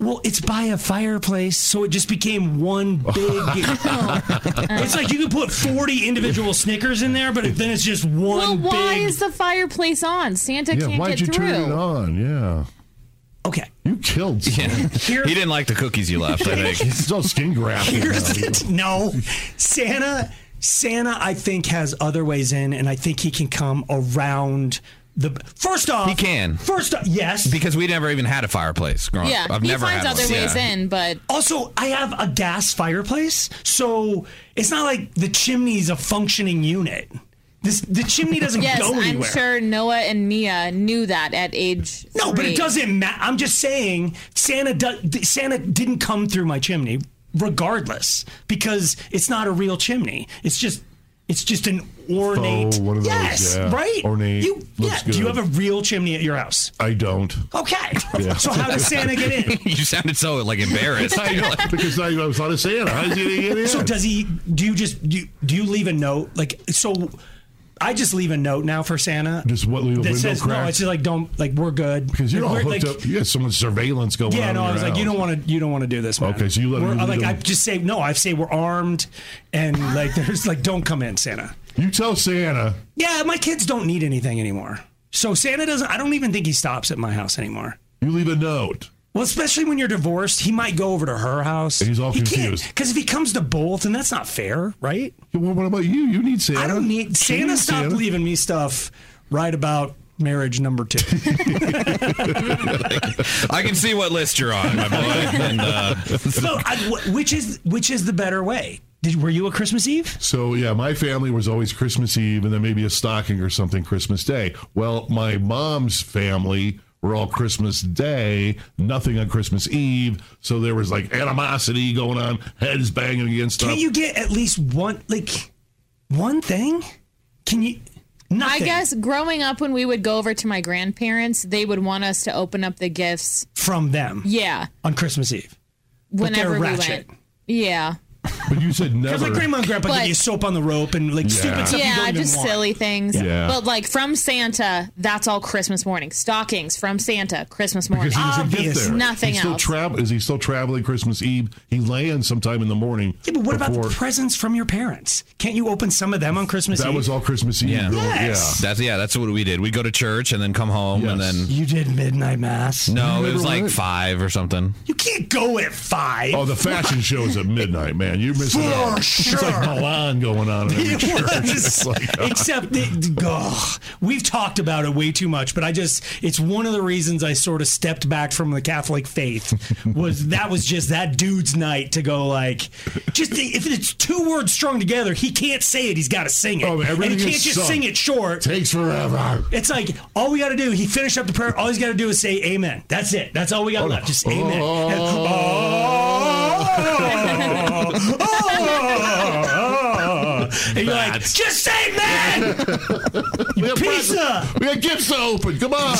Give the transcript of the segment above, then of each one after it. Well, it's by a fireplace, so it just became one big. it's like you could put forty individual Snickers in there, but then it's just Well, one. why big- is the fireplace on? Santa Yeah. can't Why'd get you through. turn it on? Yeah. okay? You killed. Someone. Here, He didn't like the cookies you left, I think. It's all skin grafting. Here's the no, Santa. Santa, I think has other ways in, and I think he can come around the. First off, He can. First, off, yes, Because we never even had a fireplace growing Yeah, up. I've he never finds had other one. ways Yeah. in, but Also, I have a gas fireplace, so it's not like the chimney's a functioning unit. This the chimney doesn't yes, go I'm anywhere. sure Noah and Mia knew that at age. No, but three. it doesn't matter. I'm just saying Santa do- Santa didn't come through my chimney regardless because it's not a real chimney. It's just it's just an ornate. one of those, yes, yeah. right? Ornate. You, yeah. Looks Do you good. have a real chimney at your house? I don't. Okay. So how does Santa get in? You sounded so like embarrassed. I know, because I was on a Santa. How's he gonna get in? So does he? Do you just do? You, do you leave a note? Like so, I just leave a note now for Santa. Just what, leave a that window says crack? no. It's just like don't like we're good because you're Like, all we're, hooked like, up. You got someone's surveillance going on. Yeah, in no, I your was like, you house. don't want to, you don't want to do this. Man. Okay, so you let him We're- do I'm like, the- I just say no. I say we're armed, and like, there's like, don't come in, Santa. You tell Santa. Yeah, my kids don't need anything anymore. So Santa doesn't. I don't even think he stops at my house anymore. You leave a note. Well, especially when you're divorced, he might go over to her house. He's all he confused. because if he comes to both, then that's not fair, right? Well, what about you? You need Santa. I don't need She Santa. needs Stop leaving me stuff right about marriage number two. I can see what list you're on, my boy. And, uh, so, I, wh- which is which is the better way? Did were you a Christmas Eve? So yeah, my family was always Christmas Eve and then maybe a stocking or something Christmas Day. Well, my mom's family were all Christmas Day, nothing on Christmas Eve. So there was like animosity going on, heads banging against stuff. Can't you get at least one like one thing? Can you? I Nothing. guess growing up, when we would go over to my grandparents, they would want us to open up the gifts. from them Yeah, on Christmas Eve. But they're whenever we ratchet. went. Yeah. But you said never. Because like grandma and grandpa But- give you soap on the rope and like Yeah. stupid stuff. you yeah, don't even just want. silly things. Yeah. But like from Santa, that's all Christmas morning. Stockings from Santa, Christmas morning. Uh, Because he doesn't get Obvious. there. Nothing He's still else. Travel? Is he still traveling Christmas Eve? He lands sometime in the morning. Yeah, but what about before- the presents from your parents? Can't you open some of them on Christmas That Eve? was all Christmas Eve. Yeah. though. Yes. That's yeah. That's what we did. We'd go to church and then come home and Yes. then you did midnight mass. no, it was Remember like what? five or something. You can't go at five. Oh, the fashion shows at midnight, man. You're missing For out. It's like sure. Milan going on. In every It church. was. It's like, uh, Except, it, ugh, we've talked about it way too much, but I just, it's one of the reasons I sort of stepped back from the Catholic faith was that was just that dude's night to go like, just if it's two words strung together, he can't say it, he's got to sing it. Oh, and he everything can't is just sung. sing it short. takes forever. It's like all we got to do. He finished up the prayer. All he's got to do is say amen. That's it. That's all we got Oh, no. left. Just amen. Oh. And- oh, oh, oh. And you're like, That's- just say amen. We have Pizza! presents. We got gifts to open. Come on.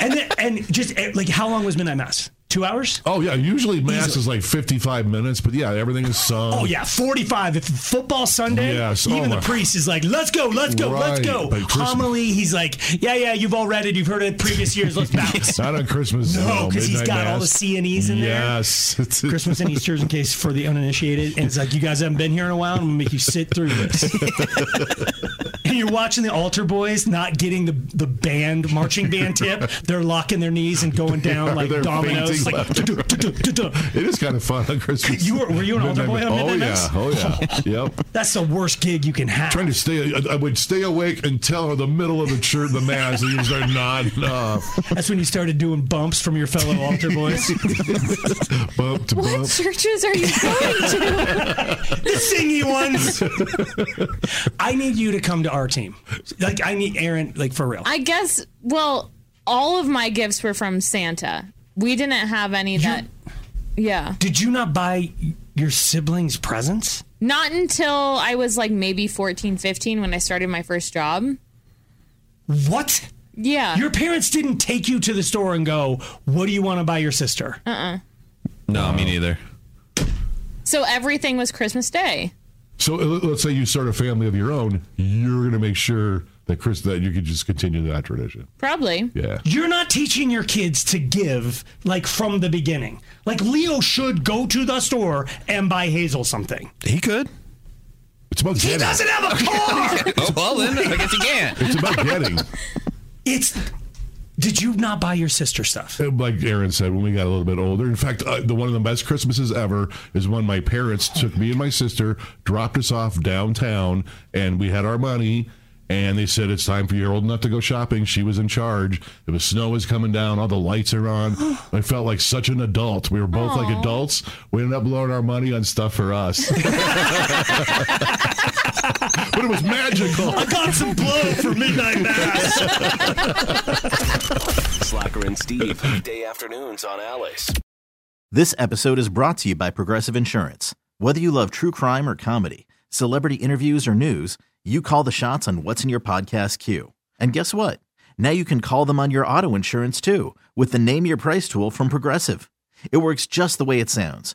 and then, and just eh, like how long was midnight mass? Two hours? oh yeah. Usually mass is like 55 minutes, but yeah, everything is sung. Oh yeah, forty-five. If football Sunday, Yes. Oh, even my- the priest is like, "Let's go, let's go, let's Right. go." By Christmas- Homily, he's like, "Yeah, yeah, you've all read it, you've heard it previous years. Let's bounce." Not on Christmas. No, because he's midnight got all the mass. C and E's in there. Yes. Christmas and Easter's in case for the uninitiated. And it's like, you guys haven't been here in a while. I'm going to make you sit through this. and you're watching the altar boys not getting the, the band, marching band tip. They're locking their knees and going down like They're dominoes. fainting. Like, "Du-du, du-du, du-du." It is kind of fun on Christmas. You were- were you an altar boy on Oh Midnight yeah, Mass? oh yeah, yep. That's the worst gig you can have. Trying to stay, I- I would stay awake until the middle of the church, the mass, and you start nodding off, That's when you started doing bumps from your fellow altar boys. bump to What bump. churches are you going to? the singy ones. I need you to come to our team. Like, I need Aaron, like, for real. I guess, well, all of my gifts were from Santa. We didn't have any that. Yeah. Did you not buy your siblings presents? Not until I was like maybe 14, 15 when I started my first job. What? Yeah. Your parents didn't take you to the store and go, "What do you want to buy your sister?" No, me neither. so everything was Christmas Day. So uh, let's say you start a family of your own, you're going to make sure that Chris that you can just continue that tradition. Probably. Yeah. You're not teaching your kids to give like from the beginning. Like Leo should go to the store and buy Hazel something. He could. It's about He getting. doesn't have a car. Oh well, then I guess he can't. It's about getting. it's. Did you not buy your sister stuff? And Like Aaron said, when we got a little bit older. In fact, uh, the one of the best Christmases ever is when my parents took me and my sister, dropped us off downtown, and we had our money. And they said it's time for you're old enough to go shopping. She was in charge. It was snow was coming down. All the lights are on. I felt like such an adult. We were both like adults. We ended up blowing our money on stuff for us, but it was magical. I got some blow for midnight mass. Slacker and Steve. Weekday afternoons on Alice. This episode is brought to you by Progressive Insurance. Whether you love true crime or comedy, celebrity interviews or news, you call the shots on what's in your podcast queue. And guess what? Now you can call them on your auto insurance too with the Name Your Price tool from Progressive. It works just the way it sounds.